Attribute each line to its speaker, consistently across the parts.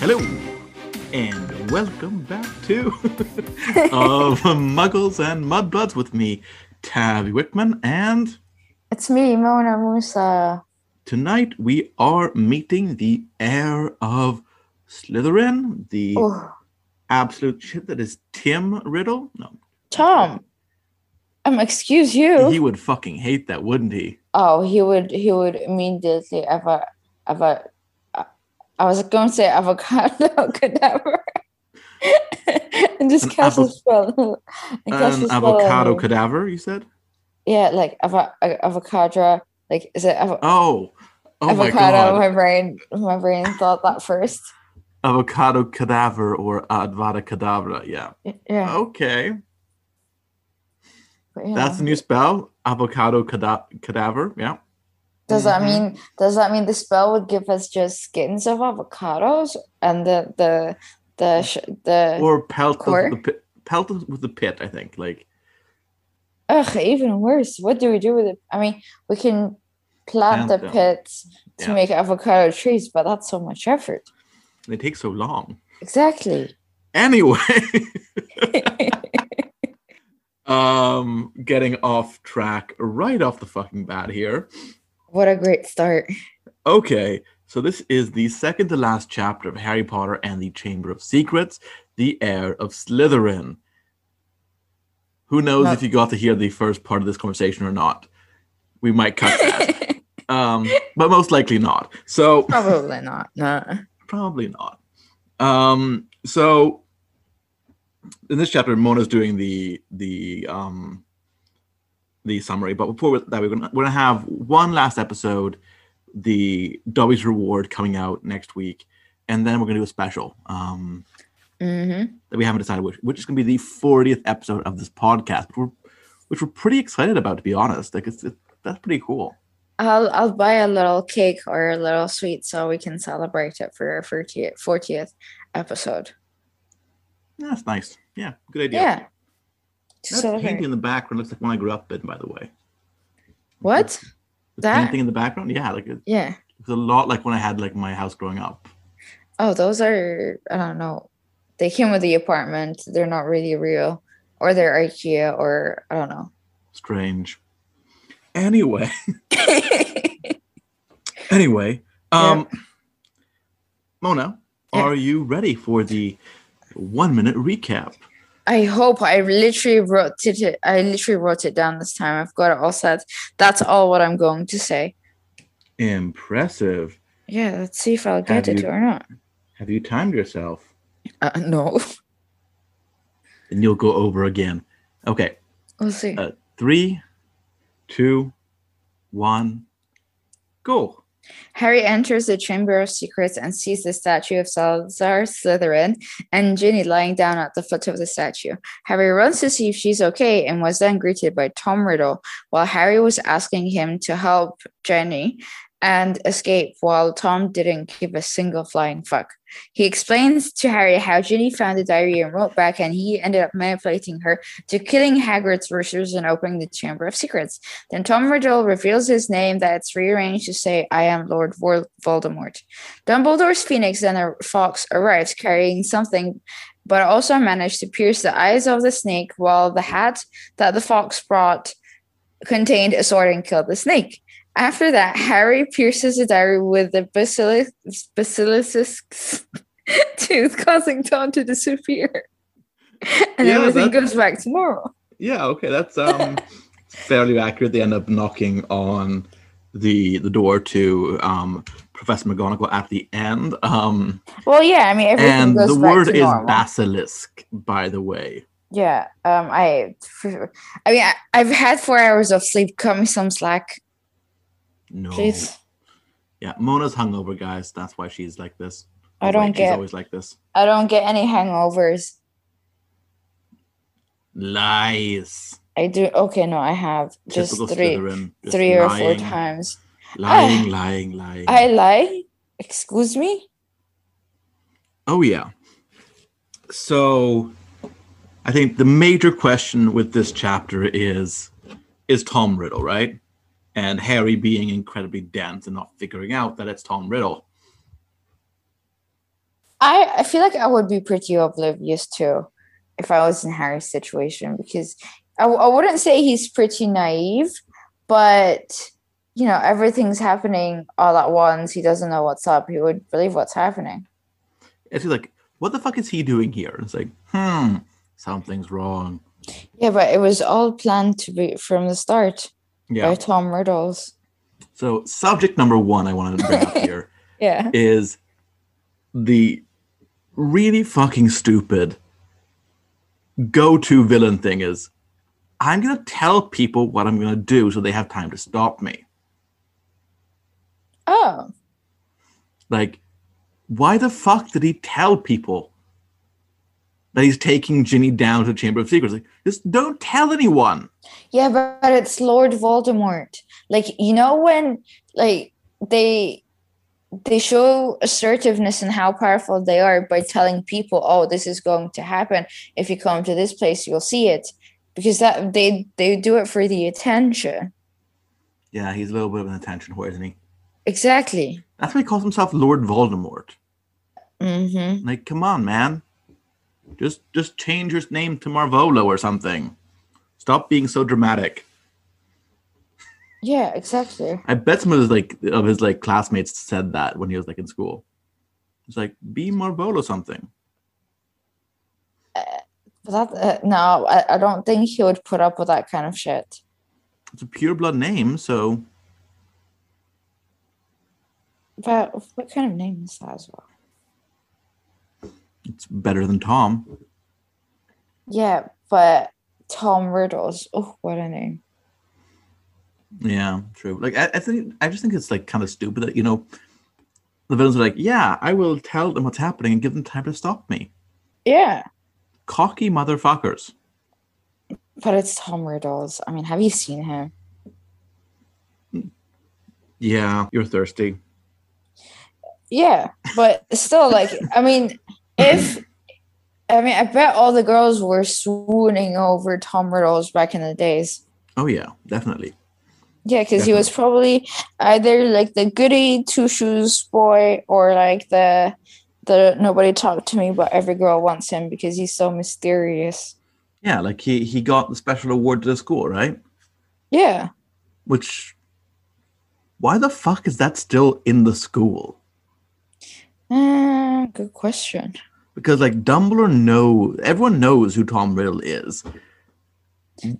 Speaker 1: Hello, and welcome back to of Muggles and Mudbloods with me, Tabby Wickman, and
Speaker 2: It's me, Mona Musa.
Speaker 1: tonight we are meeting the heir of Slytherin, the
Speaker 2: Oh,
Speaker 1: absolute shit that is Tim Riddle. No,
Speaker 2: Tom. Um, excuse
Speaker 1: he
Speaker 2: you.
Speaker 1: would fucking hate that, wouldn't he?
Speaker 2: Oh, he would. He would immediately ever, ever. Uh, I was going to say avocado cadaver. and just
Speaker 1: An
Speaker 2: cast a
Speaker 1: avo-
Speaker 2: spell. and cast
Speaker 1: An
Speaker 2: a spell on
Speaker 1: avocado
Speaker 2: you.
Speaker 1: cadaver, you said?
Speaker 2: Yeah, like avo- a- avocado. Like is it avo-
Speaker 1: Oh, oh my
Speaker 2: avocado?
Speaker 1: god.
Speaker 2: My, brain, my brain thought that first.
Speaker 1: Avocado cadaver or Advada cadavra, yeah. Oh,
Speaker 2: Yeah,
Speaker 1: Okay.
Speaker 2: but, you
Speaker 1: That's
Speaker 2: know.
Speaker 1: a new spell, avocado cada- cadaver. Yeah.
Speaker 2: Does that
Speaker 1: Mhm.
Speaker 2: mean does that mean the spell would give us just skins of avocados and the the the sh- the
Speaker 1: Or pelt us
Speaker 2: Uh,
Speaker 1: with
Speaker 2: Core?
Speaker 1: the pit, pelt us with the pit. I think like
Speaker 2: ugh even worse? What do we do with it? I mean, we can plant
Speaker 1: Plant
Speaker 2: the
Speaker 1: them.
Speaker 2: pits to
Speaker 1: Yeah.
Speaker 2: make avocado trees, but that's so much effort.
Speaker 1: they take so long.
Speaker 2: Exactly.
Speaker 1: Anyway, um, getting off track right off the fucking bat here.
Speaker 2: what a great start.
Speaker 1: Okay, so this is the second to last chapter of Harry Potter and the Chamber of Secrets, the heir of Slytherin. Who knows
Speaker 2: No.
Speaker 1: if you got to hear the first part of this conversation or not? We might cut that. um, but most likely not. So
Speaker 2: Probably not. No.
Speaker 1: probably not. Um, so in this chapter, Mona's doing the the um, the summary. But before that, we're gonna we're gonna have one last episode, the Dobby's Reward coming out next week, and then we're gonna do a special. Um,
Speaker 2: Mm-hmm.
Speaker 1: that we haven't decided which, which is going to be the 40th episode of this podcast, which we're, which we're pretty excited about, to be honest. Like, it's, it, that's pretty cool.
Speaker 2: I'll I'll buy a little cake or a little sweet so we can celebrate it for our 40th, 40th episode.
Speaker 1: That's nice. Yeah, good idea.
Speaker 2: Yeah.
Speaker 1: That
Speaker 2: Celebrate.
Speaker 1: painting in the background looks like one I grew up in, by the way.
Speaker 2: What?
Speaker 1: The
Speaker 2: That-
Speaker 1: painting in the background, yeah, like it
Speaker 2: Yeah.
Speaker 1: was a lot like when I had like my house growing up.
Speaker 2: Oh, those are I don't know. They came with the apartment. They're not really real, or they're IKEA, or I don't know.
Speaker 1: Strange. Anyway, anyway, um, Mona,
Speaker 2: Yeah.
Speaker 1: are you ready for the one minute recap?
Speaker 2: I hope I literally wrote it. I literally wrote it down this time. I've got it all set. That's all what I'm going to say.
Speaker 1: Impressive.
Speaker 2: Yeah, let's see if I'll get
Speaker 1: Have
Speaker 2: it
Speaker 1: you-
Speaker 2: or not.
Speaker 1: Have you timed yourself?
Speaker 2: Uh, no,
Speaker 1: and you'll go over again. Okay,
Speaker 2: we'll see.
Speaker 1: Uh, three, two, one, go.
Speaker 2: Harry enters the Chamber of Secrets and sees the statue of Salazar Slytherin and Ginny lying down at the foot of the statue. Harry runs to see if she's okay and was then greeted by Tom Riddle while Harry was asking him to help Jenny and escape while Tom didn't give a single flying fuck. He explains to Harry how Ginny found the diary and wrote back and he ended up manipulating her to killing Hagrid's wishes and opening the Chamber of Secrets. Then Tom Riddle reveals his name that it's rearranged to say, I am Lord Vol- Voldemort. Dumbledore's phoenix and a fox arrives carrying something, but also managed to pierce the eyes of the snake while the hat that the fox brought contained a sword and killed the snake. After that, Harry pierces the diary with the basilis- basilisk's tooth, causing Tom to disappear. And
Speaker 1: Yeah,
Speaker 2: everything
Speaker 1: that-
Speaker 2: goes back to normal.
Speaker 1: Yeah, okay, that's um fairly accurate. They end up knocking on the the door to um Professor McGonagall at the end. Um
Speaker 2: Well, yeah, I mean, everything
Speaker 1: and
Speaker 2: goes
Speaker 1: the
Speaker 2: back
Speaker 1: word
Speaker 2: to
Speaker 1: is
Speaker 2: normal.
Speaker 1: basilisk, by the way.
Speaker 2: Yeah, um, I, I mean, I, I've had four hours of sleep. Cut me some slack,
Speaker 1: No.
Speaker 2: please.
Speaker 1: Yeah, Mona's hungover, guys. That's why she's like this.
Speaker 2: I don't
Speaker 1: Like, she's
Speaker 2: get,
Speaker 1: always like this.
Speaker 2: I don't get any hangovers.
Speaker 1: Lies.
Speaker 2: I do. Okay, no, I have just
Speaker 1: Typical
Speaker 2: three,
Speaker 1: Slytherin, just
Speaker 2: three or four
Speaker 1: lying,
Speaker 2: times.
Speaker 1: Lying, lying, lying.
Speaker 2: I lie. Excuse me.
Speaker 1: Oh, yeah. So I think the major question with this chapter is is Tom Riddle, right? And Harry being incredibly dense and not figuring out that it's Tom Riddle.
Speaker 2: I, I feel like I would be pretty oblivious too if I was in Harry's situation because I, I wouldn't say he's pretty naive, but you know, everything's happening all at once. He doesn't know what's up. He would believe what's happening.
Speaker 1: It's like, what the fuck is he doing here? It's like, hmm, something's wrong.
Speaker 2: Yeah, but it was all planned to be from the start
Speaker 1: Yeah.
Speaker 2: by Tom Riddles.
Speaker 1: So, subject number one I wanted to bring up here
Speaker 2: Yeah.
Speaker 1: is the really fucking stupid go to villain thing is I'm going to tell people what I'm going to do so they have time to stop me.
Speaker 2: Oh,
Speaker 1: Like, why the fuck did he tell people that he's taking Ginny down to the Chamber of Secrets? Like, just don't tell anyone.
Speaker 2: yeah, but, but it's Lord Voldemort. Like you know when like they they show assertiveness and how powerful they are by telling people, "Oh, this is going to happen. If you come to this place, you'll see it," because that they they do it for the attention.
Speaker 1: Yeah, he's a little bit of an attention whore, isn't he?
Speaker 2: Exactly.
Speaker 1: That's why he calls himself Lord Voldemort.
Speaker 2: Mm-hmm.
Speaker 1: Like, come on, man. Just just change your name to Marvolo or something. Stop being so dramatic.
Speaker 2: Yeah, exactly.
Speaker 1: I bet some of his like of his like classmates said that when he was like in school. It's like be Marvolo something.
Speaker 2: But that uh, no, I, I don't think he would put up with that kind of shit.
Speaker 1: It's a pure blood name, so
Speaker 2: But what kind of name is that as well?
Speaker 1: it's better than Tom.
Speaker 2: Yeah, but Tom Riddles. Oh, what a name.
Speaker 1: Yeah, true. Like I, I think I just think it's like kind of stupid that you know the villains are like, yeah, I will tell them what's happening and give them time to stop me.
Speaker 2: Yeah.
Speaker 1: Cocky motherfuckers.
Speaker 2: But it's Tom Riddles. I mean, have you seen him?
Speaker 1: Yeah, you're thirsty.
Speaker 2: Yeah, but still, like, I mean, if I mean, I bet all the girls were swooning over Tom Riddles back in the days.
Speaker 1: Oh yeah, definitely.
Speaker 2: Yeah, because he was probably either like the goody two shoes boy or like the the nobody talked to me, but every girl wants him because he's so mysterious.
Speaker 1: Yeah, like he he got the special award to the school, right?
Speaker 2: Yeah.
Speaker 1: Which why the fuck is that still in the school?
Speaker 2: Uh, good question.
Speaker 1: Because like Dumbledore know everyone knows who Tom Riddle is.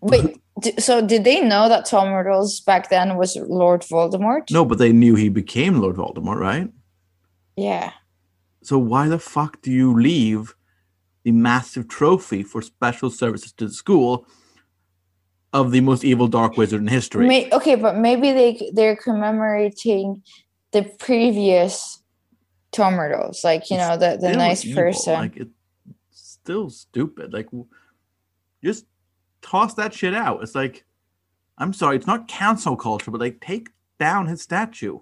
Speaker 2: Wait, d- so did they know that Tom Riddles back then was Lord Voldemort?
Speaker 1: No, but they knew he became Lord Voldemort, right?
Speaker 2: Yeah.
Speaker 1: So why the fuck do you leave the massive trophy for special services to the school of the most evil dark wizard in history?
Speaker 2: May- okay, but maybe they they're commemorating the previous Tom Riddles, like you
Speaker 1: It's
Speaker 2: know, the the
Speaker 1: still
Speaker 2: nice
Speaker 1: evil,
Speaker 2: person.
Speaker 1: Like it's still stupid. Like w- just toss that shit out. It's like I'm sorry, it's not cancel culture, but like take down his statue.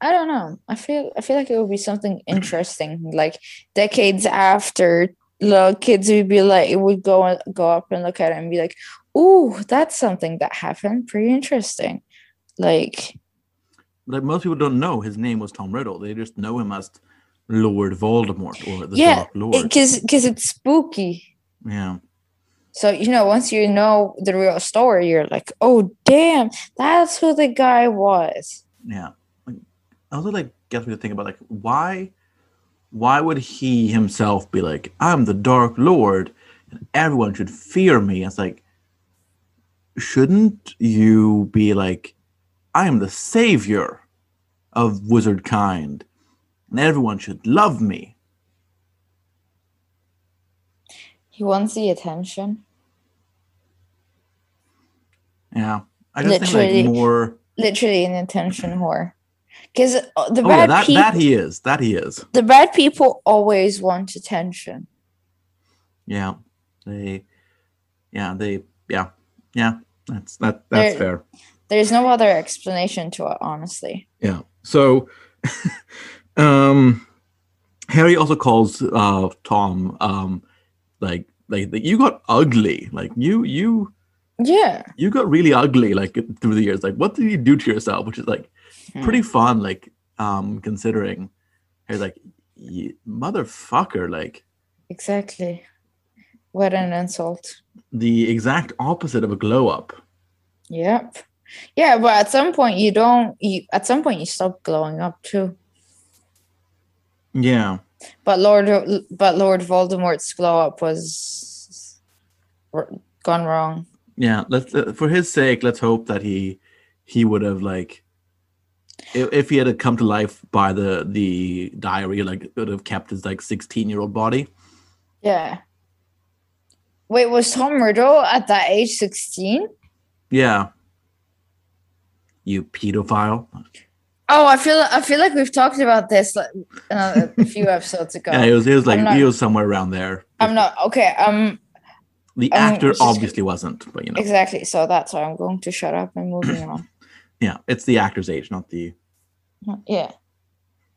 Speaker 2: I don't know. I feel I feel like it would be something interesting. Like decades after, little kids would be like, it would go go up and look at it and be like, "Ooh, that's something that happened. Pretty interesting." Like,
Speaker 1: Like most people don't know his name was Tom Riddle. They just know him as Lord Voldemort or the
Speaker 2: Yeah,
Speaker 1: Dark Lord.
Speaker 2: because because it's spooky.
Speaker 1: yeah.
Speaker 2: So, you know, once you know the real story, you're like, oh, damn, that's who the guy was.
Speaker 1: Yeah. Like, also like gets me to think about like why why would he himself be like, I'm the Dark Lord and everyone should fear me? It's like shouldn't you be like, I am the savior of wizard kind and everyone should love me?
Speaker 2: He wants the attention.
Speaker 1: Yeah. I just
Speaker 2: Literally.
Speaker 1: think like more
Speaker 2: Literally an attention whore. Because the
Speaker 1: Oh yeah,
Speaker 2: bad
Speaker 1: that,
Speaker 2: people
Speaker 1: that he is. That he is.
Speaker 2: the bad people always want attention.
Speaker 1: Yeah. They yeah, they yeah. Yeah. That's that that's
Speaker 2: They're-
Speaker 1: fair.
Speaker 2: There's no other explanation to it, honestly.
Speaker 1: Yeah. So, um, Harry also calls uh, Tom um, like like like, you got ugly. Like you you
Speaker 2: Yeah.
Speaker 1: you got really ugly. Like through the years. Like what did you do to yourself? Which is like pretty fun. Like um, considering Harry's like "Ye- motherfucker, like
Speaker 2: Exactly. What an insult.
Speaker 1: the exact opposite of a glow up.
Speaker 2: Yep. Yeah, but at some point you don't you at some point you stop glowing up too.
Speaker 1: Yeah.
Speaker 2: But Lord but Lord Voldemort's glow up was r- gone wrong.
Speaker 1: Yeah. Let's uh, for his sake, let's hope that he he would have like if, if he had come to life by the the diary, like would have kept his like sixteen year old body.
Speaker 2: Yeah. Wait, was Tom Riddle at that age 16?
Speaker 1: Yeah. You pedophile.
Speaker 2: Oh, I feel I feel like we've talked about this like, uh, a few episodes ago.
Speaker 1: Yeah, he was, he was like
Speaker 2: I'm not-
Speaker 1: he was somewhere around there.
Speaker 2: I'm not okay. Um,
Speaker 1: the
Speaker 2: I'm
Speaker 1: actor
Speaker 2: just-
Speaker 1: obviously wasn't, but you know,
Speaker 2: exactly. So that's why I'm going to shut up and moving on.
Speaker 1: yeah, it's the actor's age, not the
Speaker 2: Yeah,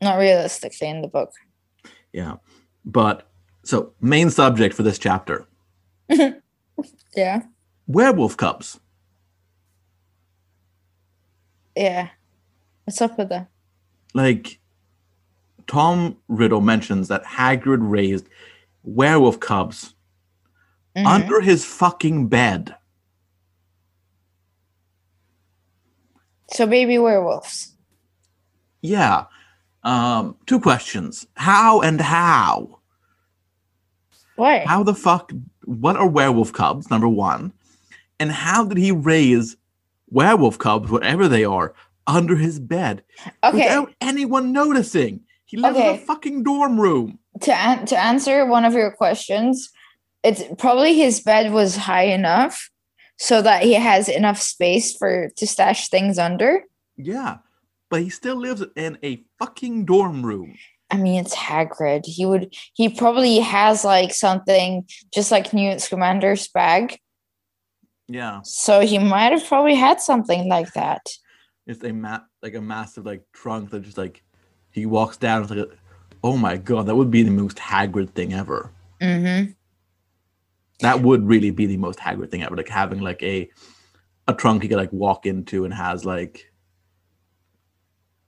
Speaker 2: not realistically in the book.
Speaker 1: yeah. But so main subject for this chapter:
Speaker 2: Yeah,
Speaker 1: werewolf cubs.
Speaker 2: yeah. What's up with that?
Speaker 1: Like Tom Riddle mentions that Hagrid raised werewolf cubs
Speaker 2: Mhm.
Speaker 1: under his fucking bed.
Speaker 2: so baby werewolves.
Speaker 1: Yeah. Um, two questions: How and how?
Speaker 2: Why?
Speaker 1: How the fuck? What are werewolf cubs? Number one, and how did he raise werewolf cubs, whatever they are, under his bed?
Speaker 2: okay.
Speaker 1: without anyone noticing. He lives in
Speaker 2: Okay.
Speaker 1: a fucking dorm room.
Speaker 2: to an- to answer one of your questions, it's probably his bed was high enough so that he has enough space for to stash things under.
Speaker 1: Yeah, but he still lives in a fucking dorm room.
Speaker 2: I mean, it's Hagrid. He would. He probably has like something just like Newt Scamander's bag,
Speaker 1: Yeah,
Speaker 2: so he might have probably had something like that.
Speaker 1: it's a ma- like a massive like trunk that just like he walks down. It's like, a, oh my god, that would be the most Hagrid thing ever.
Speaker 2: Mm-hmm.
Speaker 1: That would really be the most Hagrid thing ever. Like having like a a trunk he could like walk into and has like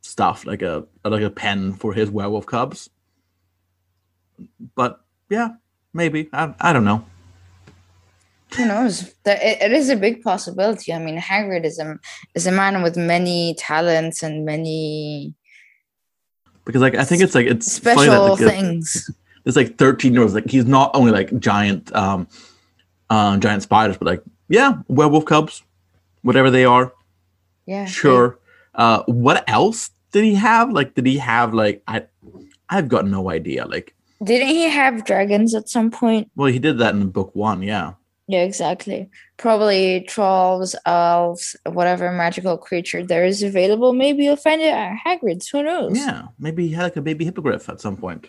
Speaker 1: stuff like a like a pen for his werewolf cubs. But yeah, maybe I I don't know.
Speaker 2: Who knows? That it, it is a big possibility. I mean, Hagrid is a is a man with many talents and many
Speaker 1: because like I think it's like it's funny that,
Speaker 2: special
Speaker 1: like,
Speaker 2: things.
Speaker 1: It's like thirteen year olds. Like he's not only like giant, um, um, giant spiders, but like yeah, werewolf cubs, whatever they are.
Speaker 2: Yeah.
Speaker 1: Sure. Uh, what else did he have? Like, did he have like I? I've got no idea. Like,
Speaker 2: Didn't he have dragons at some point?
Speaker 1: well, he did that in book one. Yeah,
Speaker 2: Yeah, exactly. Probably trolls, elves, whatever magical creature there is available. Maybe you'll find it at Hagrid's. Who knows?
Speaker 1: yeah. Maybe he had like a baby hippogriff at some point.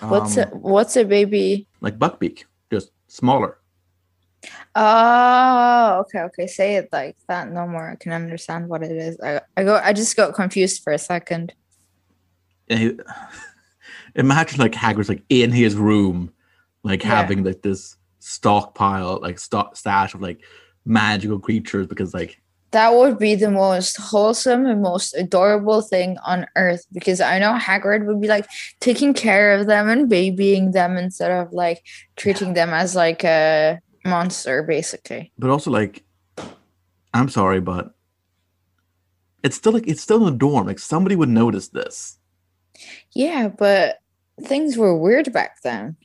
Speaker 2: What's
Speaker 1: Um,
Speaker 2: a what's a baby?
Speaker 1: like buckbeak, just smaller.
Speaker 2: Oh, okay, okay. Say it like that no more. I can understand what it is. I, I go. I just got confused for a second.
Speaker 1: And he- imagine like Hagrid's like in his room, like
Speaker 2: Yeah.
Speaker 1: having like this stockpile, like stock stash of like magical creatures because like
Speaker 2: That would be the most wholesome and most adorable thing on earth because I know Hagrid would be like taking care of them and babying them instead of like treating them as like a monster, basically.
Speaker 1: but also like I'm sorry, but it's still like it's still in a dorm. Like somebody would notice this.
Speaker 2: Yeah, but things were weird back then.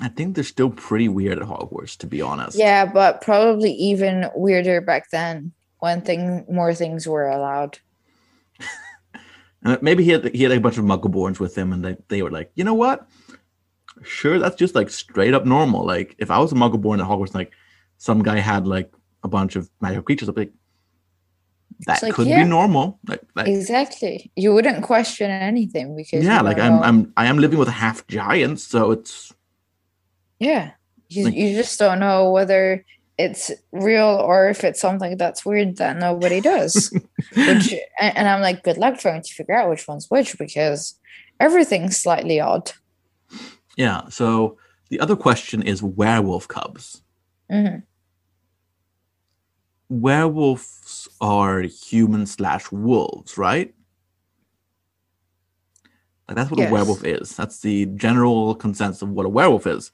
Speaker 1: I think they're still pretty weird at Hogwarts, to be honest.
Speaker 2: Yeah, but probably even weirder back then when thing more things were allowed.
Speaker 1: And Uh, maybe he had he had like, a bunch of Muggleborns with him, and they, they were like, you know what? Sure, that's just like straight up normal. Like if I was a Muggleborn at Hogwarts, like some guy had like a bunch of magical creatures, I'd be like, that
Speaker 2: like,
Speaker 1: could
Speaker 2: yeah.
Speaker 1: be normal. Like, like
Speaker 2: Exactly. You wouldn't question anything because
Speaker 1: yeah,
Speaker 2: you
Speaker 1: like
Speaker 2: don't
Speaker 1: I'm
Speaker 2: know-
Speaker 1: I'm I am living with a half giant, so it's
Speaker 2: Yeah. You,
Speaker 1: Like-
Speaker 2: you just don't know whether it's real or if it's something that's weird that nobody does. which and, and I'm like, good luck trying to figure out which one's which because everything's slightly odd.
Speaker 1: yeah. So the other question is werewolf cubs.
Speaker 2: Mhm.
Speaker 1: Werewolves are human slash wolves, right? Like that's what
Speaker 2: Yes.
Speaker 1: a werewolf is. That's the general consensus of what a werewolf is.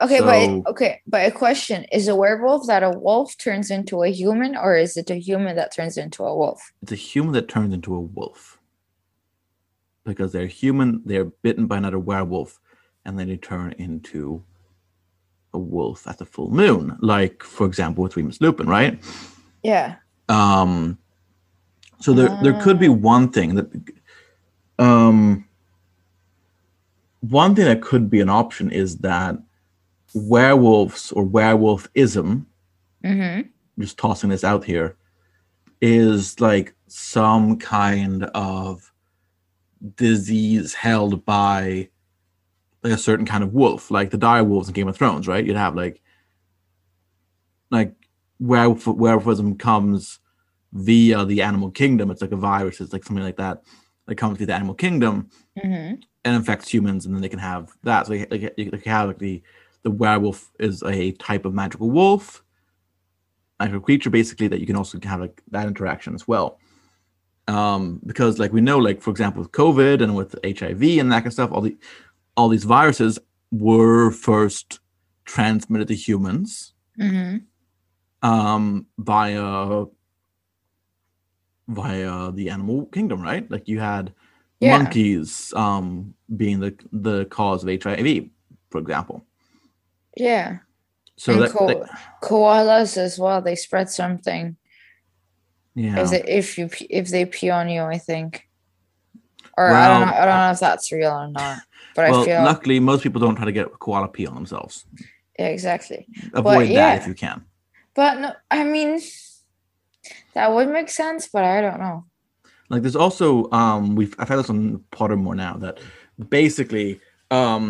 Speaker 2: Okay,
Speaker 1: So-
Speaker 2: but okay, but a question: Is a werewolf that a wolf turns into a human, or is it a human that turns into a wolf?
Speaker 1: It's a human that turns into a wolf. Because they're human, they're bitten by another werewolf, and then they turn into a wolf at the full moon. Like, for example, with Remus Lupin, right?
Speaker 2: Yeah.
Speaker 1: Um, so there, there could be one thing that, um, one thing that could be an option is that werewolves or werewolfism,
Speaker 2: Mm-hmm.
Speaker 1: just tossing this out here, is like some kind of disease held by like a certain kind of wolf, like the dire wolves in Game of Thrones, right? You'd have like like werewolf werewolfism comes via the animal kingdom. It's like a virus, it's like something like that that comes through the animal kingdom
Speaker 2: Mm-hmm.
Speaker 1: and infects humans, and then they can have that. So like, like, you can have like the the werewolf is a type of magical wolf, magical creature, basically that you can also have like that interaction as well. Um, because like we know, like for example, with COVID and with HIV and that kind of stuff, all the all these viruses were first transmitted to humans
Speaker 2: Mm-hmm.
Speaker 1: um via via the animal kingdom right like you had
Speaker 2: Yeah.
Speaker 1: monkeys um being the the cause of hiv for example
Speaker 2: Yeah.
Speaker 1: so
Speaker 2: And
Speaker 1: that,
Speaker 2: ko-
Speaker 1: that-
Speaker 2: koalas as well. They spread something
Speaker 1: yeah
Speaker 2: if they if you p- if they pee on you. I think. Or I don't
Speaker 1: Well, uh,
Speaker 2: know. I don't know if that's real or not. But
Speaker 1: well
Speaker 2: I feel
Speaker 1: luckily most people don't try to get koala pee on themselves
Speaker 2: yeah, exactly.
Speaker 1: avoid
Speaker 2: yeah.
Speaker 1: that if you can
Speaker 2: But no, I mean, that would make sense. But I don't know.
Speaker 1: like there's also um we've i've had this on pottermore now that basically um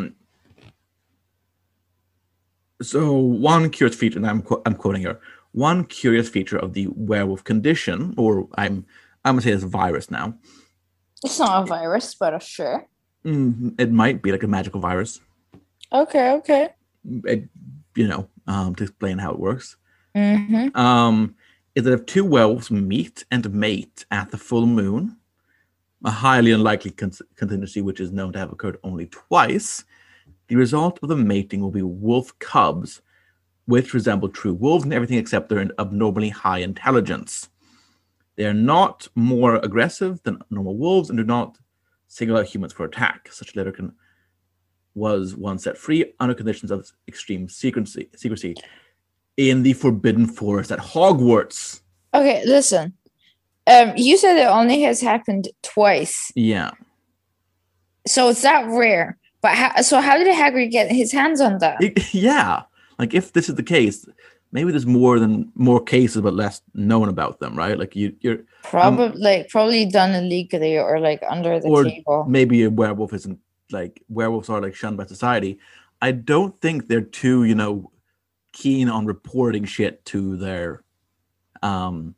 Speaker 1: so one curious feature and i'm, qu- I'm quoting here one curious feature of the werewolf condition or i'm i'm gonna say this virus now
Speaker 2: It's not a virus, but uh, sure.
Speaker 1: Mm, it might be like a magical virus
Speaker 2: Okay. Okay.
Speaker 1: it, you know um to explain how it works
Speaker 2: Mm-hmm.
Speaker 1: um, is that if two werewolves meet and mate at the full moon, a highly unlikely con- contingency which is known to have occurred only twice, the result of the mating will be wolf cubs, which resemble true wolves in everything except their abnormally high intelligence. They are not more aggressive than normal wolves and do not single out humans for attack. Such a litter can was once set free under conditions of extreme secrecy. secrecy in the Forbidden Forest at Hogwarts.
Speaker 2: Okay, listen. Um, you said it only has happened twice,
Speaker 1: Yeah.
Speaker 2: so it's not rare. But how, so, how did Hagrid get his hands on that?
Speaker 1: It- yeah. Like if this is the case, maybe there's more than more cases but less known about them, right? Like you you're
Speaker 2: Probably, like, probably done illegally or like under the
Speaker 1: Or-
Speaker 2: table.
Speaker 1: maybe a werewolf isn't like werewolves are like shunned by society. I don't think they're too, you know, keen on reporting shit to their um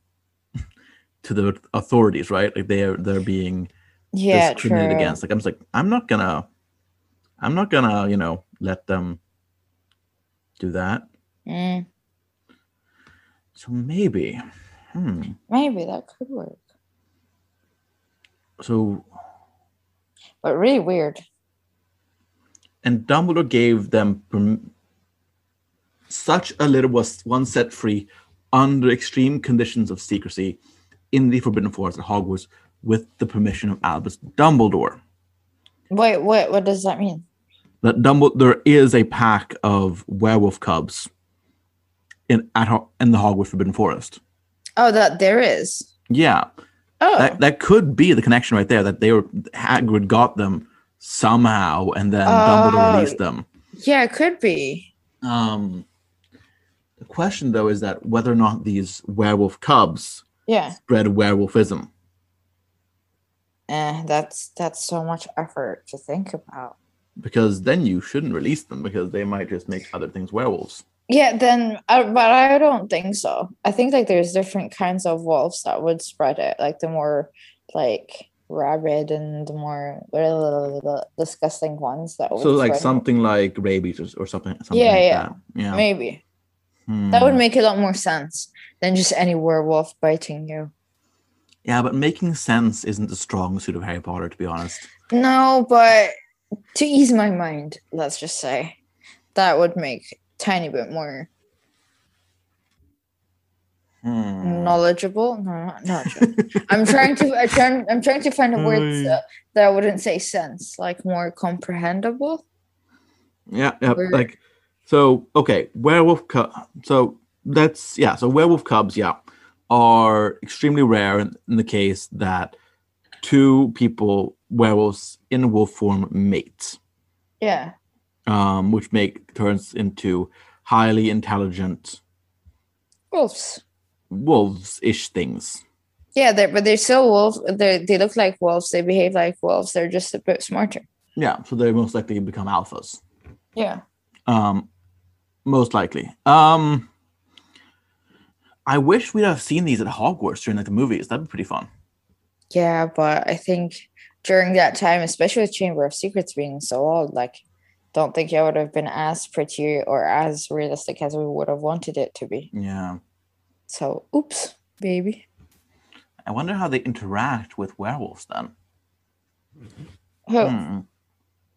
Speaker 1: to the authorities, right? Like they're they're being
Speaker 2: Yeah, true.
Speaker 1: discriminated against. Like I'm just like I'm not gonna, I'm not gonna you know let them do that.
Speaker 2: Mm,
Speaker 1: So maybe, hmm.
Speaker 2: maybe that could work,
Speaker 1: So
Speaker 2: but really weird.
Speaker 1: and Dumbledore gave them perm- such a litter was once set free under extreme conditions of secrecy in the Forbidden Forest at Hogwarts with the permission of Albus Dumbledore.
Speaker 2: Wait, what? What does that mean?
Speaker 1: that Dumbledore there is a pack of werewolf cubs in at Ho- in the Hogwarts Forbidden Forest.
Speaker 2: Oh, that there is.
Speaker 1: Yeah,
Speaker 2: Oh,
Speaker 1: that that could be the connection right there. That they were Hagrid got them somehow, and then Dumbledore
Speaker 2: Oh.
Speaker 1: released them.
Speaker 2: yeah, it could be.
Speaker 1: Um, the question though is that whether or not these werewolf cubs
Speaker 2: Yeah,
Speaker 1: bred werewolfism.
Speaker 2: eh, that's that's so much effort to think about.
Speaker 1: Because then you shouldn't release them because they might just make other things werewolves.
Speaker 2: Yeah, then, uh, but I don't think so. I think like there's different kinds of wolves that would spread it, like the more like rabid and the more disgusting ones that would.
Speaker 1: So like
Speaker 2: spread it.
Speaker 1: something like rabies or, or something, something
Speaker 2: Oh, Yeah,
Speaker 1: like
Speaker 2: yeah.
Speaker 1: that. Yeah.
Speaker 2: maybe that
Speaker 1: Hmm.
Speaker 2: would make a lot more sense than just any werewolf biting you.
Speaker 1: Yeah, but making sense isn't the strong suit of Harry Potter, to be honest.
Speaker 2: No, but to ease my mind, let's just say that would make tiny bit more
Speaker 1: Hmm.
Speaker 2: knowledgeable. No, not knowledgeable. I'm trying to I trying, I'm trying to find a word
Speaker 1: Mm.
Speaker 2: that, that wouldn't say sense, like more comprehensible.
Speaker 1: Yeah, yeah.
Speaker 2: Where-
Speaker 1: Like, so okay, werewolf cub. So that's yeah. So werewolf cubs, yeah, are extremely rare in, in the case that two people werewolves in wolf form mate,
Speaker 2: Yeah.
Speaker 1: um, which make turns into highly intelligent
Speaker 2: Wolves.
Speaker 1: wolves-ish things.
Speaker 2: Yeah, they're, but they're still wolves. They they look like wolves. They behave like wolves. They're just a bit smarter.
Speaker 1: Yeah, so they most likely become alphas.
Speaker 2: Yeah.
Speaker 1: Um, most likely. Um, I wish we'd have seen these at Hogwarts during like the movies. That'd be pretty fun.
Speaker 2: Yeah, but I think during that time, especially with Chamber of Secrets being so old, like, don't think it would have been as pretty or as realistic as we would have wanted it to be.
Speaker 1: Yeah.
Speaker 2: So, oops, baby.
Speaker 1: I wonder how they interact with werewolves then.
Speaker 2: Who?
Speaker 1: Hmm.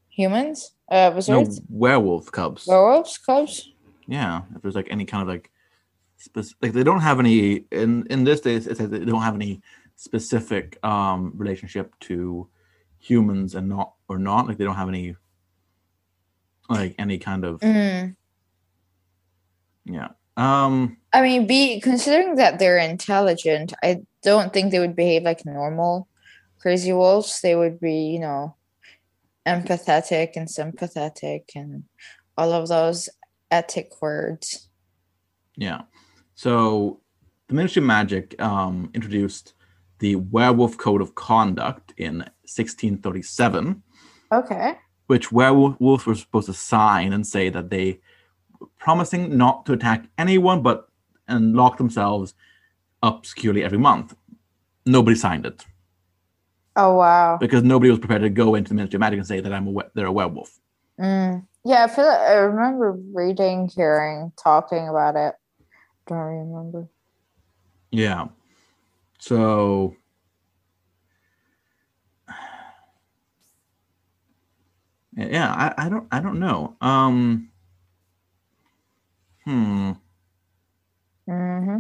Speaker 2: Humans? Uh,
Speaker 1: No,
Speaker 2: wizards?
Speaker 1: werewolf cubs.
Speaker 2: Werewolves? Cubs?
Speaker 1: Yeah. If there's like any kind of like, spec- like they don't have any in in this day. It says they don't have any specific um relationship to humans and not or not like they don't have any like any kind of
Speaker 2: Mm.
Speaker 1: yeah. Um.
Speaker 2: I mean, be considering that they're intelligent, I don't think they would behave like normal crazy wolves. They would be, you know, empathetic and sympathetic and all of those ethic words.
Speaker 1: Yeah. So the Ministry of Magic um, introduced the Werewolf Code of Conduct in 1637,
Speaker 2: Okay.
Speaker 1: which werewolves were supposed to sign and say that they were promising not to attack anyone but and lock themselves up securely every month. Nobody signed it
Speaker 2: Oh wow.
Speaker 1: because nobody was prepared to go into the Ministry of Magic and say that I'm a we- they're a werewolf.
Speaker 2: Mm. Yeah, I feel. Like I remember reading, hearing, talking about it. Don't remember.
Speaker 1: Yeah. So yeah, I, I don't I don't know. Um hmm.
Speaker 2: hmm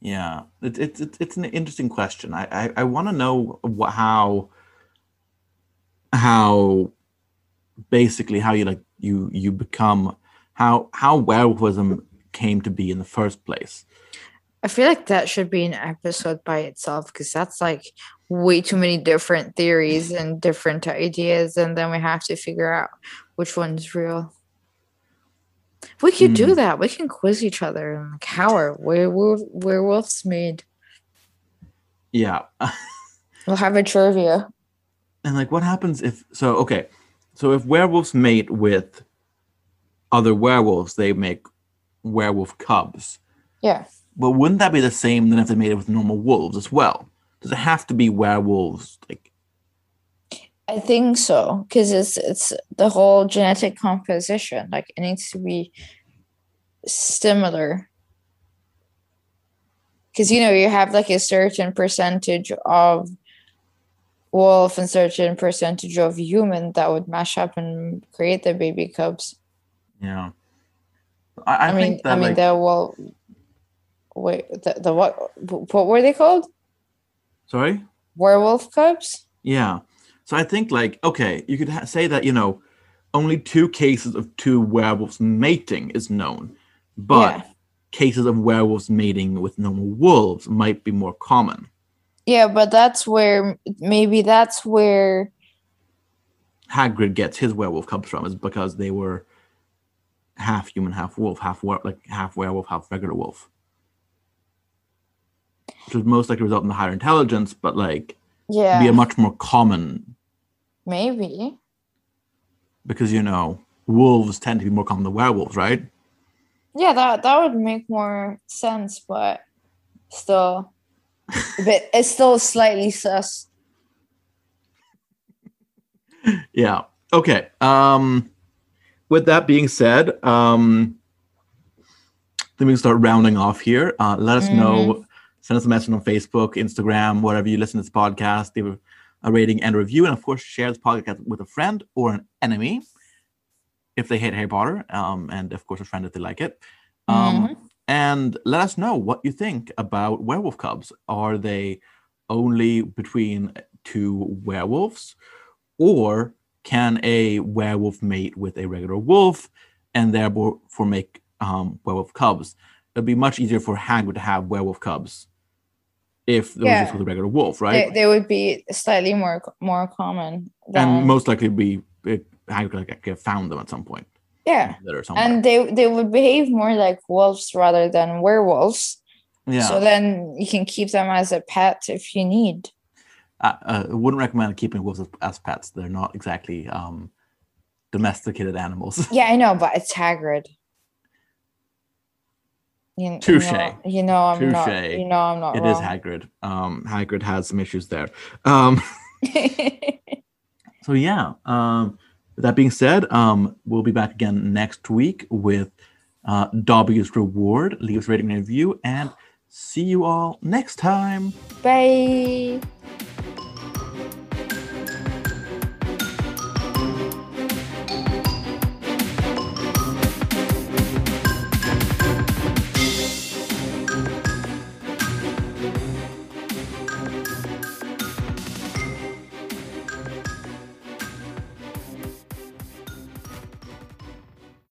Speaker 1: Yeah. It, it, it, it's an interesting question. I, I, I wanna know what how how basically how you like you you become how how werewolfism came to be in the first place.
Speaker 2: I feel like that should be an episode by itself because that's like way too many different theories and different ideas, and then we have to figure out which one's real. We could do
Speaker 1: Mm.
Speaker 2: that. We can quiz each other and like how are werewolf, werewolves made?
Speaker 1: Yeah.
Speaker 2: We'll have a trivia.
Speaker 1: and like what happens if so okay so if werewolves mate with other werewolves they make werewolf cubs
Speaker 2: Yeah.
Speaker 1: but wouldn't that be the same than if they made it with normal wolves as well does it have to be werewolves like
Speaker 2: I think so because it's it's the whole genetic composition. Like it needs to be similar. Because you know you have like a certain percentage of wolf and certain percentage of human that would mash up and create the baby cubs.
Speaker 1: you know i, I,
Speaker 2: I, mean,
Speaker 1: think that
Speaker 2: I mean
Speaker 1: like
Speaker 2: the wol Wait, the, the what? What were they called?
Speaker 1: sorry
Speaker 2: Werewolf cubs?
Speaker 1: yeah so i think like okay you could ha- say that you know only two cases of two werewolves mating is known but
Speaker 2: yeah.
Speaker 1: cases of werewolves mating with normal wolves might be more common
Speaker 2: Yeah, but that's where maybe that's where
Speaker 1: Hagrid gets his werewolf cubs from is because they were half human, half wolf, half were- like half werewolf, half regular wolf, which would most likely result in the higher intelligence, but like
Speaker 2: yeah.
Speaker 1: be a much more common
Speaker 2: Maybe.
Speaker 1: because you know wolves tend to be more common than werewolves, right?
Speaker 2: Yeah, that that would make more sense, but still a bit it's still slightly sus.
Speaker 1: Yeah. Okay. Um, with that being said, um, then we can start rounding off here. Uh, let us know Send us a message on Facebook, Instagram, wherever you listen to this podcast. Leave a- a rating and review. And of course, share this podcast with a friend or an enemy if they hate Harry Potter. Um, and of course, a friend if they like it. Um, and let us know what you think about werewolf cubs. Are they only between two werewolves, or can a werewolf mate with a regular wolf and therefore for make um, werewolf cubs? It'd be much easier for Hagrid to have werewolf cubs if there was
Speaker 2: Yeah.
Speaker 1: just with a regular wolf, right?
Speaker 2: They, they would be slightly more more common than
Speaker 1: and most likely we uh, Hagrid like, like, found them at some point
Speaker 2: yeah.
Speaker 1: that are somewhere.
Speaker 2: And they they would behave more like wolves rather than werewolves.
Speaker 1: yeah,
Speaker 2: So then you can keep them as a pet if you need.
Speaker 1: I, uh, I wouldn't recommend keeping wolves as, as pets. They're not exactly um, domesticated animals.
Speaker 2: Yeah, I know, but it's Hagrid. You, you
Speaker 1: Touche.
Speaker 2: know- You know I'm not.
Speaker 1: Touche.
Speaker 2: You know I'm not.
Speaker 1: It is
Speaker 2: wrong.
Speaker 1: Hagrid. Um, Hagrid has some issues there. Um, so yeah. Um, with that being said, um, we'll be back again next week with uh, Dobby's reward. Leave us a rating and review, and see you all next time.
Speaker 2: Bye.